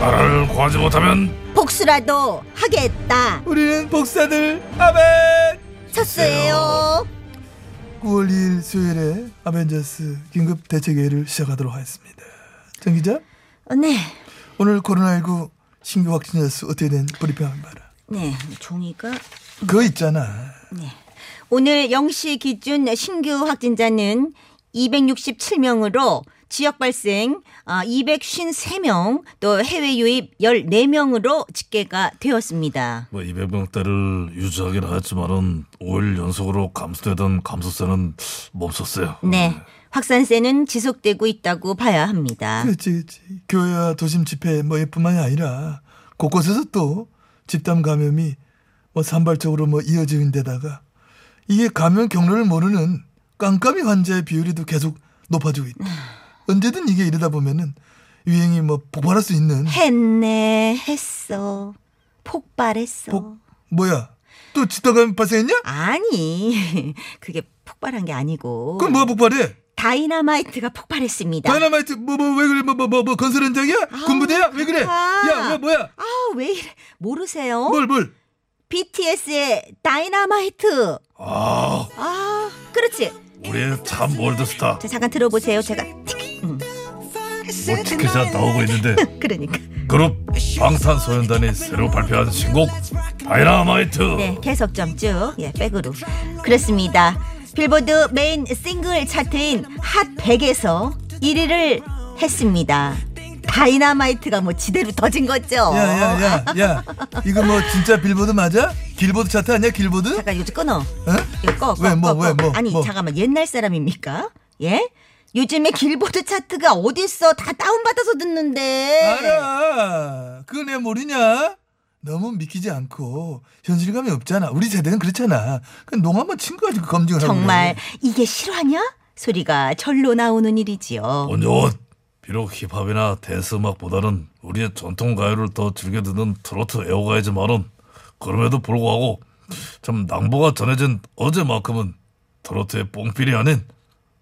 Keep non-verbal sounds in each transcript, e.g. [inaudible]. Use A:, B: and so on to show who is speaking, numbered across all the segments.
A: 나라를 구하지 못하면
B: 복수라도 하겠다.
C: 우리는 복사들 아멘
B: 첫수예요.
C: 9월 2일 수요일에 아벤져스 긴급 대책회의를 시작하도록 하겠습니다 정 기자
B: 네.
C: 오늘 코로나19 신규 확진자 수 어떻게 된 브리핑 한번 봐라
B: 네. 종이가
C: 그거 있잖아
B: 오늘 0시 기준 신규 확진자는 267명으로 지역 발생 253명 또 해외 유입 14명으로 집계가 되었습니다.
A: 뭐 200명대를 유지하긴 하였지만은 5일 연속으로 감소되던 감소세는 멈췄어요.
B: 네. 확산세는 지속되고 있다고 봐야 합니다.
C: 그렇지 그렇지 교회와 도심 집회 뭐 이뿐만이 아니라 곳곳에서 또 집단 감염이 뭐 산발적으로 뭐 이어지는 데다가 이게 감염 경로를 모르는 깜깜이 환자의 비율이도 계속 높아지고 있다 언제든 이게 이러다 보면은 유행이 뭐 폭발할 수 있는
B: 했네 했어. 폭발했어.
C: 폭 뭐야 또 집단감염 발생했냐?
B: 아니 [laughs] 그게 폭발한 게 아니고
C: 그럼 뭐가 폭발해?
B: 다이나마이트가 폭발했습니다.
C: 다이나마이트 뭐 뭐 왜 그래 뭐 뭐 뭐 뭐 건설 현장이야?
B: 아.
C: 군부대야? 왜 그래?
B: 그렇다.
C: 야 뭐, 뭐야?
B: 아왜 이래 모르세요?
C: 뭘 뭘?
B: BTS의 다이나마이트.
A: 아,
B: 아 그렇지.
A: 우리의 참 월드스타.
B: 자 잠깐 들어보세요. 제가 틱. [laughs] 음,
A: 뭐 음. 티켓이 나오고 있는데
B: 그러니까
A: 그룹 방탄소년단이 새로 발표한 신곡 다이나마이트.
B: 네 계속 좀쭉예 백으로 그렇습니다. 빌보드 메인 싱글 차트인 핫 100에서 1위를 했습니다. 다이나마이트가 뭐 지대로 [laughs] 터진 거죠.
C: 예, 야야야야 이거 뭐 진짜 빌보드 맞아? 길보드 차트 아니야 길보드?
B: 잠깐 이거 좀 끊어.
C: 어?
B: 이거 꺼, 꺼,
C: 왜, 뭐,
B: 꺼, 꺼.
C: 왜, 뭐,
B: 아니
C: 뭐.
B: 잠깐만 옛날 사람입니까? 예? 요즘에 길보드 차트가 어딨어? 다 다운받아서 듣는데.
C: 알아 그거 내 모르냐? 너무 믿기지 않고 현실감이 없잖아 우리 세대는 그렇잖아 그냥 농 한번 친 거지 그 검증을 하고
B: 정말
C: 그래.
B: 이게 실화냐? 소리가 절로 나오는 일이지요.
A: 온요 어, 네, 비록 힙합이나 댄스 음악보다는 우리의 전통 가요를 더 즐겨 듣는 트로트 애호가이지만은 그럼에도 불구하고 참 낭보가 전해진 어제만큼은 트로트의 뽕필이 아닌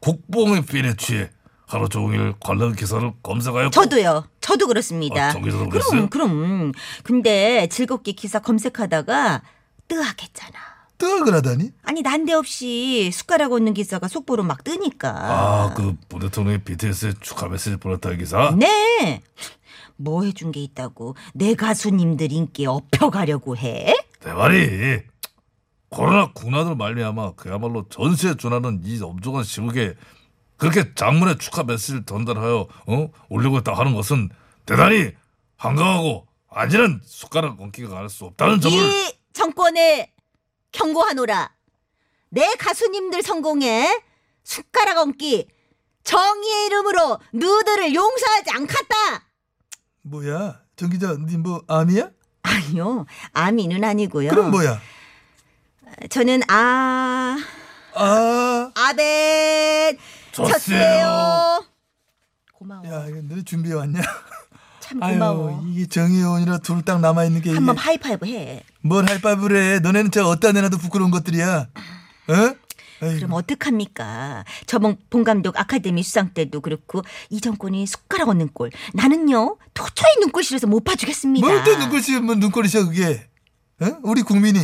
A: 국뽕의 필에 취해 하루 종일 관련 기사를 검색하였고
B: 저도요. 저도 그렇습니다.
A: 아, 정 기자도
B: 그럼
A: 그랬어요?
B: 그럼. 근데 즐겁게 기사 검색하다가 뜨악했잖아.
C: 뜨악을 하다니?
B: 아니 난데없이 숟가락 얹는 기사가 속보로 막 뜨니까.
A: 아그 문 대통령이 BTS에 축하 메시지 보냈다는 기사
B: 네. 뭐 해준 게 있다고 내 가수님들 인기 업혀가려고 해?
A: 대발이 코로나 국난을 말미암아 그야말로 전시에 준하는 이 엄중한 시국에 그렇게 장문의 축하 메시지를 전달하여 어? 올리고 있다 하는 것은 대단히 한가하고 아니란 숟가락 얹기가 갈 수 없다는 점을
B: 이 정권에 경고하노라. 내 가수님들 성공에 숟가락 얹기 정의의 이름으로 누들을 용서하지 않겠다.
C: 뭐야 정 기자 니 뭐 암이야?
B: 아니요, 아미는 아니고요.
C: 그럼 뭐야?
B: 저는 아
C: 아
B: 아벤 쳤어요. 고마워.
C: 야, 이거 너네 준비해 왔냐?
B: 참 고마워.
C: 아유, 이게 정의원이라 둘 딱 남아 있는 게 이게 예.
B: 한번 하이파이브 해.
C: 뭘 할바브래? 해 너네는 저 어디다 내놔도 부끄러운 것들이야. 어? 아이고.
B: 그럼 어떡합니까? 저번 본 감독 아카데미 수상 때도 그렇고 이 정권이 숟가락 얹는 꼴. 나는요 도저히 눈꼴실에서 못 봐주겠습니다.
C: 뭘또 눈꼴이 뭐 눈꼴이셔 그게? 어? 우리 국민이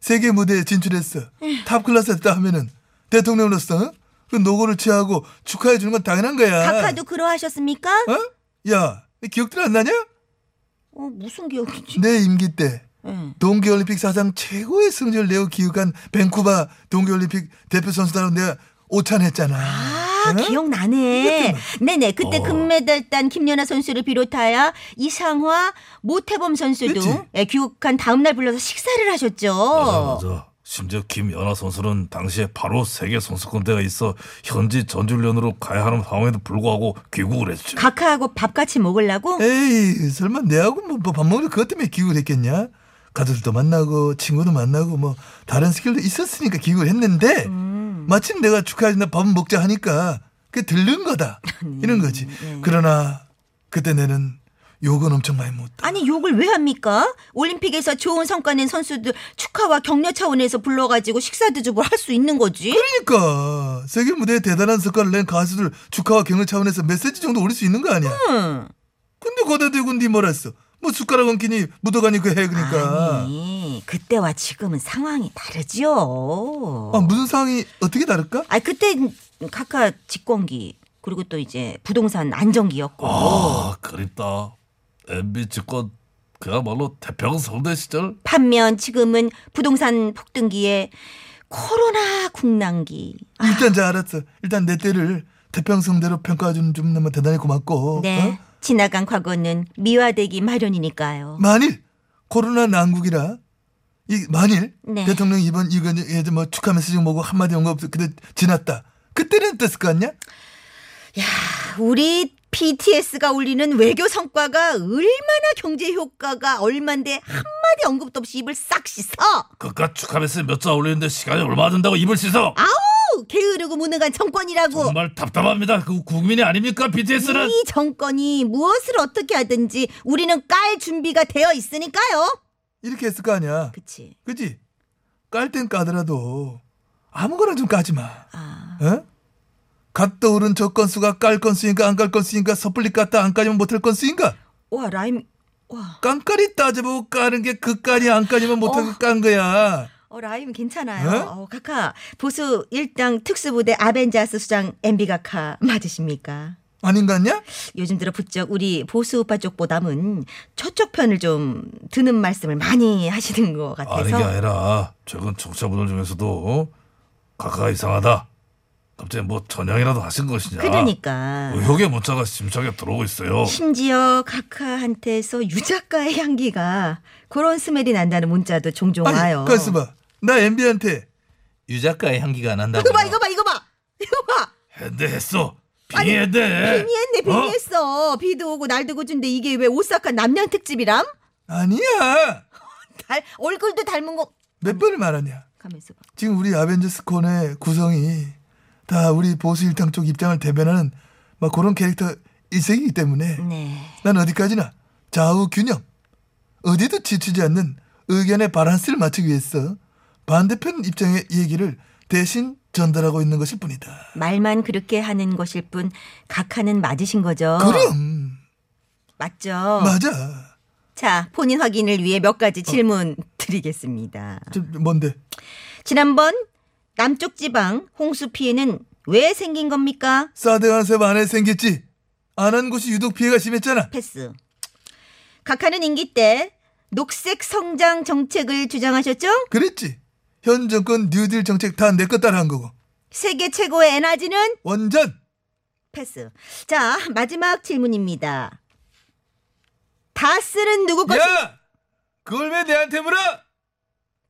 C: 세계 무대에 진출했어. 탑 클래스였다 하면은 대통령으로서 어? 그 노고를 취하고 축하해 주는 건 당연한 거야.
B: 각하도 그러하셨습니까?
C: 어? 야, 이 기억들 안 나냐?
B: 어, 무슨 기억이지? 예.
C: 내 임기 때
B: 응.
C: 동계올림픽 사상 최고의 승리를 내어 기획한 밴쿠버 동계올림픽 대표 선수단으로 내가 오찬했잖아.
B: 아
C: 응? 뭐.
B: 기억나네. 네네 그때
A: 어.
B: 금메달 딴 김연아 선수를 비롯하여 이상화, 모태범 선수
C: 그치?
B: 등 예, 귀국한 다음날 불러서 식사를 하셨죠.
A: 맞아 맞아 심지어 김연아 선수는 당시에 바로 세계 선수권대가 있어 현지 전주련으로 가야 하는 상황에도 불구하고 귀국을 했죠.
B: 카카하고 밥 같이
C: 예.
B: 먹으려고?
C: 에이 설마 내하고 뭐밥 먹는 그것 때문에 기구를 했겠냐? 가족들도 만나고 친구도 만나고 뭐 다른 스킬도 있었으니까 기구를 했는데 마침 내가 축하해준다 밥 먹자 하니까 그게 들른 거다 이런 거지. 그러나 그때 내는 욕은 엄청 많이 먹었다.
B: 아니 욕을 왜 합니까? 올림픽에서 좋은 성과 낸 선수들 축하와 격려 차원에서 불러가지고 식사도 주고 할 수 있는 거지.
C: 그러니까 세계 무대에 대단한 성과를 낸 가수들 축하와 경을 차원에서 메시지 정도 올릴 수 있는 거 아니야?
B: 응.
C: 근데 거다 들고 니 뭐랬어? 뭐 숟가락 얹기니 묻어가니 그해 그러니까.
B: 아니 그때와 지금은 상황이 다르죠.
C: 아 무슨 상황이 어떻게 다를까?
B: 아 그때 카카 직권기 그리고 또 이제 부동산 안정기였고
A: 아 그립다. MB 집권 그야말로 태평성대 시절
B: 반면 지금은 부동산 폭등기에 코로나 국난기.
C: 일단 자 알았어. 일단 내 때를 태평성대로 평가해주는 좀 너무 대단히 고맙고.
B: 네.
C: 어?
B: 지나간 과거는 미화되기 마련이니까요.
C: 만일 코로나 난국이라 이 만일
B: 네.
C: 대통령 이번 이거 이제 뭐 축하 메시지 뭐고 한마디 온거 없어. 근데 지났다. 그때는 어땠을 거 아니야?
B: 우리 BTS가 올리는 외교 성과가 얼마나 경제 효과가 얼만데 한마디 언급도 없이 입을 싹 씻어.
A: 그깟 축하 메시지 몇 자 올리는데 시간이 얼마 안 된다고 입을 씻어.
B: 아우 게으르고 무능한 정권이라고.
A: 정말 답답합니다. 그 국민이 아닙니까 BTS는?
B: 이 정권이 무엇을 어떻게 하든지 우리는 깔 준비가 되어 있으니까요.
C: 이렇게 했을 거 아니야.
B: 그치.
C: 그지? 깔 땐 까더라도 아무거나 좀 까지 마.
B: 아,
C: 어? 갓 떠오른 저 건수가 깔 건수인가 안 깔 건수인가 섣불리 깠다 안 까지면 못할 건수인가?
B: 와 라임, 와,
C: 깐깔이 따져보고 까는 게 그 깔이 안 까지면 못하고 깐 거야.
B: 어 라임 괜찮아요.
C: 에?
B: 어, 카카 보수 일당 특수부대 아벤자스 수장 MB 카카 맞으십니까?
C: 아닌 거 같냐?
B: 요즘 들어 부쩍 우리 보수 오빠 쪽보다는 저쪽 편을 좀 드는 말씀을 많이 하시는 것
A: 아는 게
B: 같아서
A: 아니라 최근 청취자분들 중에서도 어? 가가 이상하다. 갑자기 뭐 전향이라도 하신 것이냐.
B: 그러니까
A: 의혹의 문자가 심차게 들어오고 있어요.
B: 심지어 카카한테서 유작가의 향기가 그런 스멜이 난다는 문자도 종종 와요.
C: 가만있어 봐. 나 MB한테
D: 유 작가의 향기가 난다고.
B: 이거 봐 이거 봐 이거 봐 이거 봐
A: 했네 했어. 빙의 했네.
B: 비니했네 비니했어 비도 오고 날도 고준데 이게 왜 오사카 남양 특집이람?
C: 아니야.
B: 달 얼굴도 닮은 거
C: 몇 번을 말하냐.
B: 가면서 봐.
C: 지금 우리 아벤져스 콘의 구성이 다 우리 보수 일당 쪽 입장을 대변하는 막 그런 캐릭터 일색이기 때문에
B: 네.
C: 난 어디까지나 좌우 균형 어디도 지치지 않는 의견의 바란스를 맞추기 위해서 반대편 입장의 얘기를 대신 전달하고 있는 것일 뿐이다.
B: 말만 그렇게 하는 것일 뿐 각하는 맞으신 거죠.
C: 그럼
B: 맞죠.
C: 맞아.
B: 자, 본인 확인을 위해 몇 가지 질문 드리겠습니다.
C: 저, 뭔데?
B: 지난번 남쪽 지방 홍수 피해는 왜 생긴 겁니까?
C: 사대관섭 안에 생겼지? 안 한 곳이 유독 피해가 심했잖아.
B: 패스. 각하는 임기 때 녹색 성장 정책을 주장하셨죠?
C: 그랬지. 현 정권 뉴딜 정책 다 내 것 따라 한 거고.
B: 세계 최고의 에너지는
C: 완전
B: 패스. 자, 마지막 질문입니다. 다스는 누구 것이?
C: 야! 그걸 왜 내한테 물어?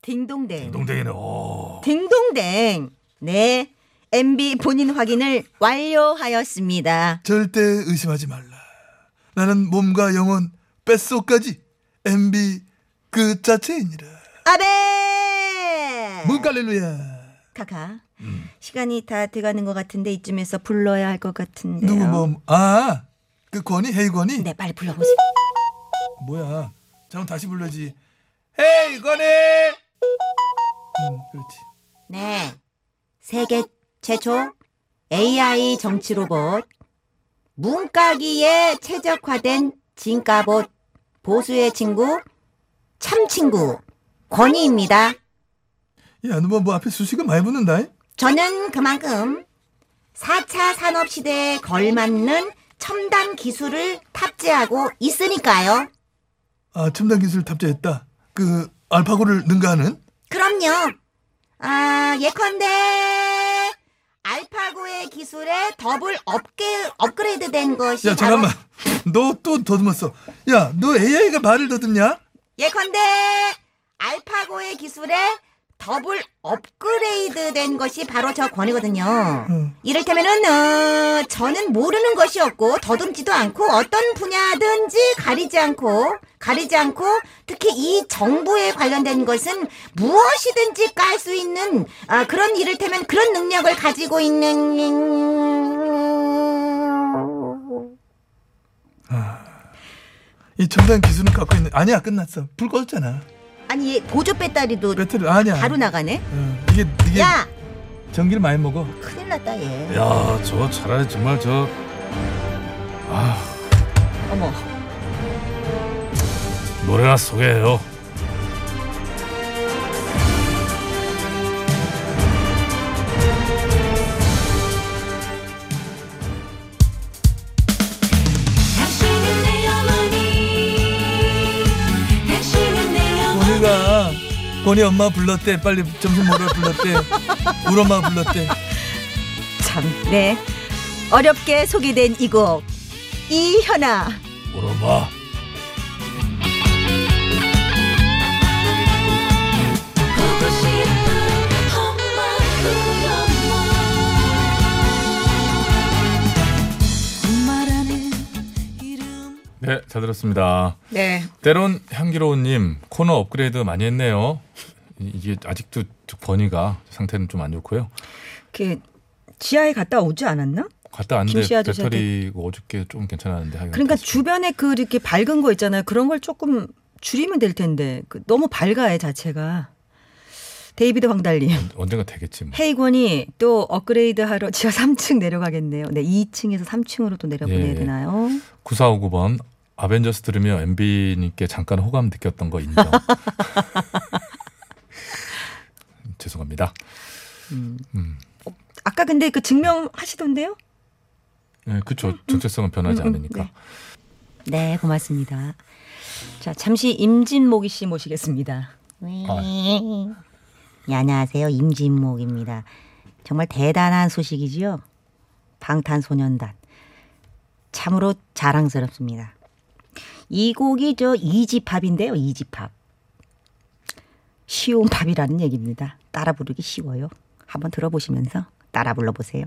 B: 딩동댕.
A: 동댕이네. 어.
B: 딩동댕. 네. MB 본인 확인을 완료하였습니다.
C: 절대 의심하지 말라. 나는 몸과 영혼, 뼛속까지 MB 그 자체이니라.
B: 아베!
C: 문갈렐루야.
B: 카카.
C: 음.
B: 시간이 다 돼가는 것 같은데 이쯤에서 불러야 할 것 같은데요.
C: 누구 뭐 아, 그 권이 헤이 권이
B: 네, 빨리 불러보세요.
C: 뭐야? 잠깐 다시 불러지. 헤이 권이. 음, 그렇지.
B: 네. 세계 최초 AI 정치 로봇 문까기에 최적화된 진가봇 보수의 친구 참 친구 권희입니다.
C: 야, 너 뭐 앞에 수식어 많이 붙는다. 잉?
B: 저는 그만큼 4차 산업 시대에 걸맞는 첨단 기술을 탑재하고 있으니까요.
C: 아, 첨단 기술 탑재했다. 그 알파고를 능가하는
B: 그럼요. 아, 예컨대 알파고의 기술에 더블 업게, 업그레이드 된 것이
C: 야, 잠깐만. 너 또 더듬었어. 야, 너 AI가 말을 더듬냐?
B: 예컨대 알파고의 기술에 더블 업그레이드 된 것이 바로 저 권이거든요.
C: 음.
B: 이를테면은, 어, 저는 모르는 것이 없고, 더듬지도 않고, 어떤 분야든지 가리지 않고, 가리지 않고, 특히 이 정부에 관련된 것은 무엇이든지 깔 수 있는, 아, 그런 이를테면 그런 능력을 가지고 있는,
C: 이 첨단 기술은 갖고 있는 아니야 끝났어 불 꺼졌잖아
B: 아니, 얘 보조 배터리도 예.
C: 배터리 아니야
B: 바로 나가네?
C: 어, 이게 이게
B: 야!
C: 전기를 많이 먹어
B: 큰일 났다, 얘.
E: 야, 저 차라리 정말 저
A: 아.
B: 어머.
E: 노래나 소개해요.
F: 당신은 내 어머니 당신은 내 어머니
C: 오늘가 권이 엄마 불렀대 빨리 점심 먹으러 불렀대 우리 엄마 불렀대
B: 참, 네. 어렵게 소개된 이 곡. 이현아.
E: 물어봐.
F: 보고 싶은 엄마 우리 엄마 엄마라는 이름
A: 네, 잘 들었습니다.
B: 네.
A: 때론 향기로운님 코너 업그레이드 많이 했네요. 이- 이게 아직도 저 버니가 상태는 좀 안 좋고요.
G: 그 지하에 갔다 오지 않았나?
A: 갔다 왔는데
G: 김씨 아저씨한테-
A: 배터리 어저께 좀 괜찮았는데 하긴
G: 그러니까
A: 됐어요.
G: 주변에 그 이렇게 밝은 거 있잖아요. 그런 걸 조금 줄이면 될 텐데 그 너무 밝아해 자체가. 데이비드 황달님. [laughs]
A: 언젠가 되겠지. 뭐.
G: 헤이권이 또 업그레이드하러 지하 3층 내려가겠네요. 네, 2층에서 3층으로 또 내려보내야
A: 예.
G: 되나요?
A: 9459번 아벤져스 들으며 MB님께 잠깐 호감 느꼈던 거 인정. [laughs] 죄송합니다.
G: 아까 근데 그 증명하시던데요?
A: 네, 그쵸. 정체성은 변하지
G: 음, 음,
A: 않으니까.
G: 네. 네, 고맙습니다. 자, 잠시 임진모기 씨 모시겠습니다.
A: 아.
B: 예, 안녕하세요. 임진목입니다. 정말 대단한 소식이지요. 방탄소년단. 참으로 자랑스럽습니다. 이 곡이 저 이지팝인데요. 이지팝. 쉬운 팝이라는 얘기입니다. 따라 부르기 쉬워요. 한번 들어보시면서 따라 불러보세요.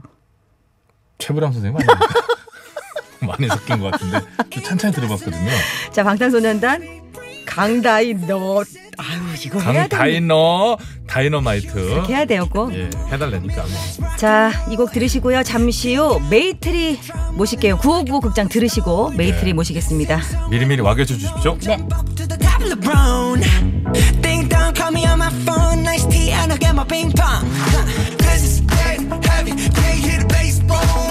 A: 최불암 선생님 아닙니까? [laughs] 많이 섞인 것 같은데 좀 찬찬히 들어봤거든요.
G: 자, 방탄소년단 강다이 너 아유, 이거 해야 돼.
A: 강다이너 다이너마이트
G: 해야 돼요, 꼭.
A: 예 해달라니까 뭐.
G: 자, 이 곡 들으시고요. 잠시 후 메이트리 모실게요. 959 극장 들으시고 메이트리 모시겠습니다.
A: 미리미리 와겨줘
G: 네.
A: 주십시오.
H: up to the top of the brown. Ding dong, call me on my phone. Nice tea, and I'll get my ping pong. Huh. Cause it's dead heavy, can't hear the bass boom.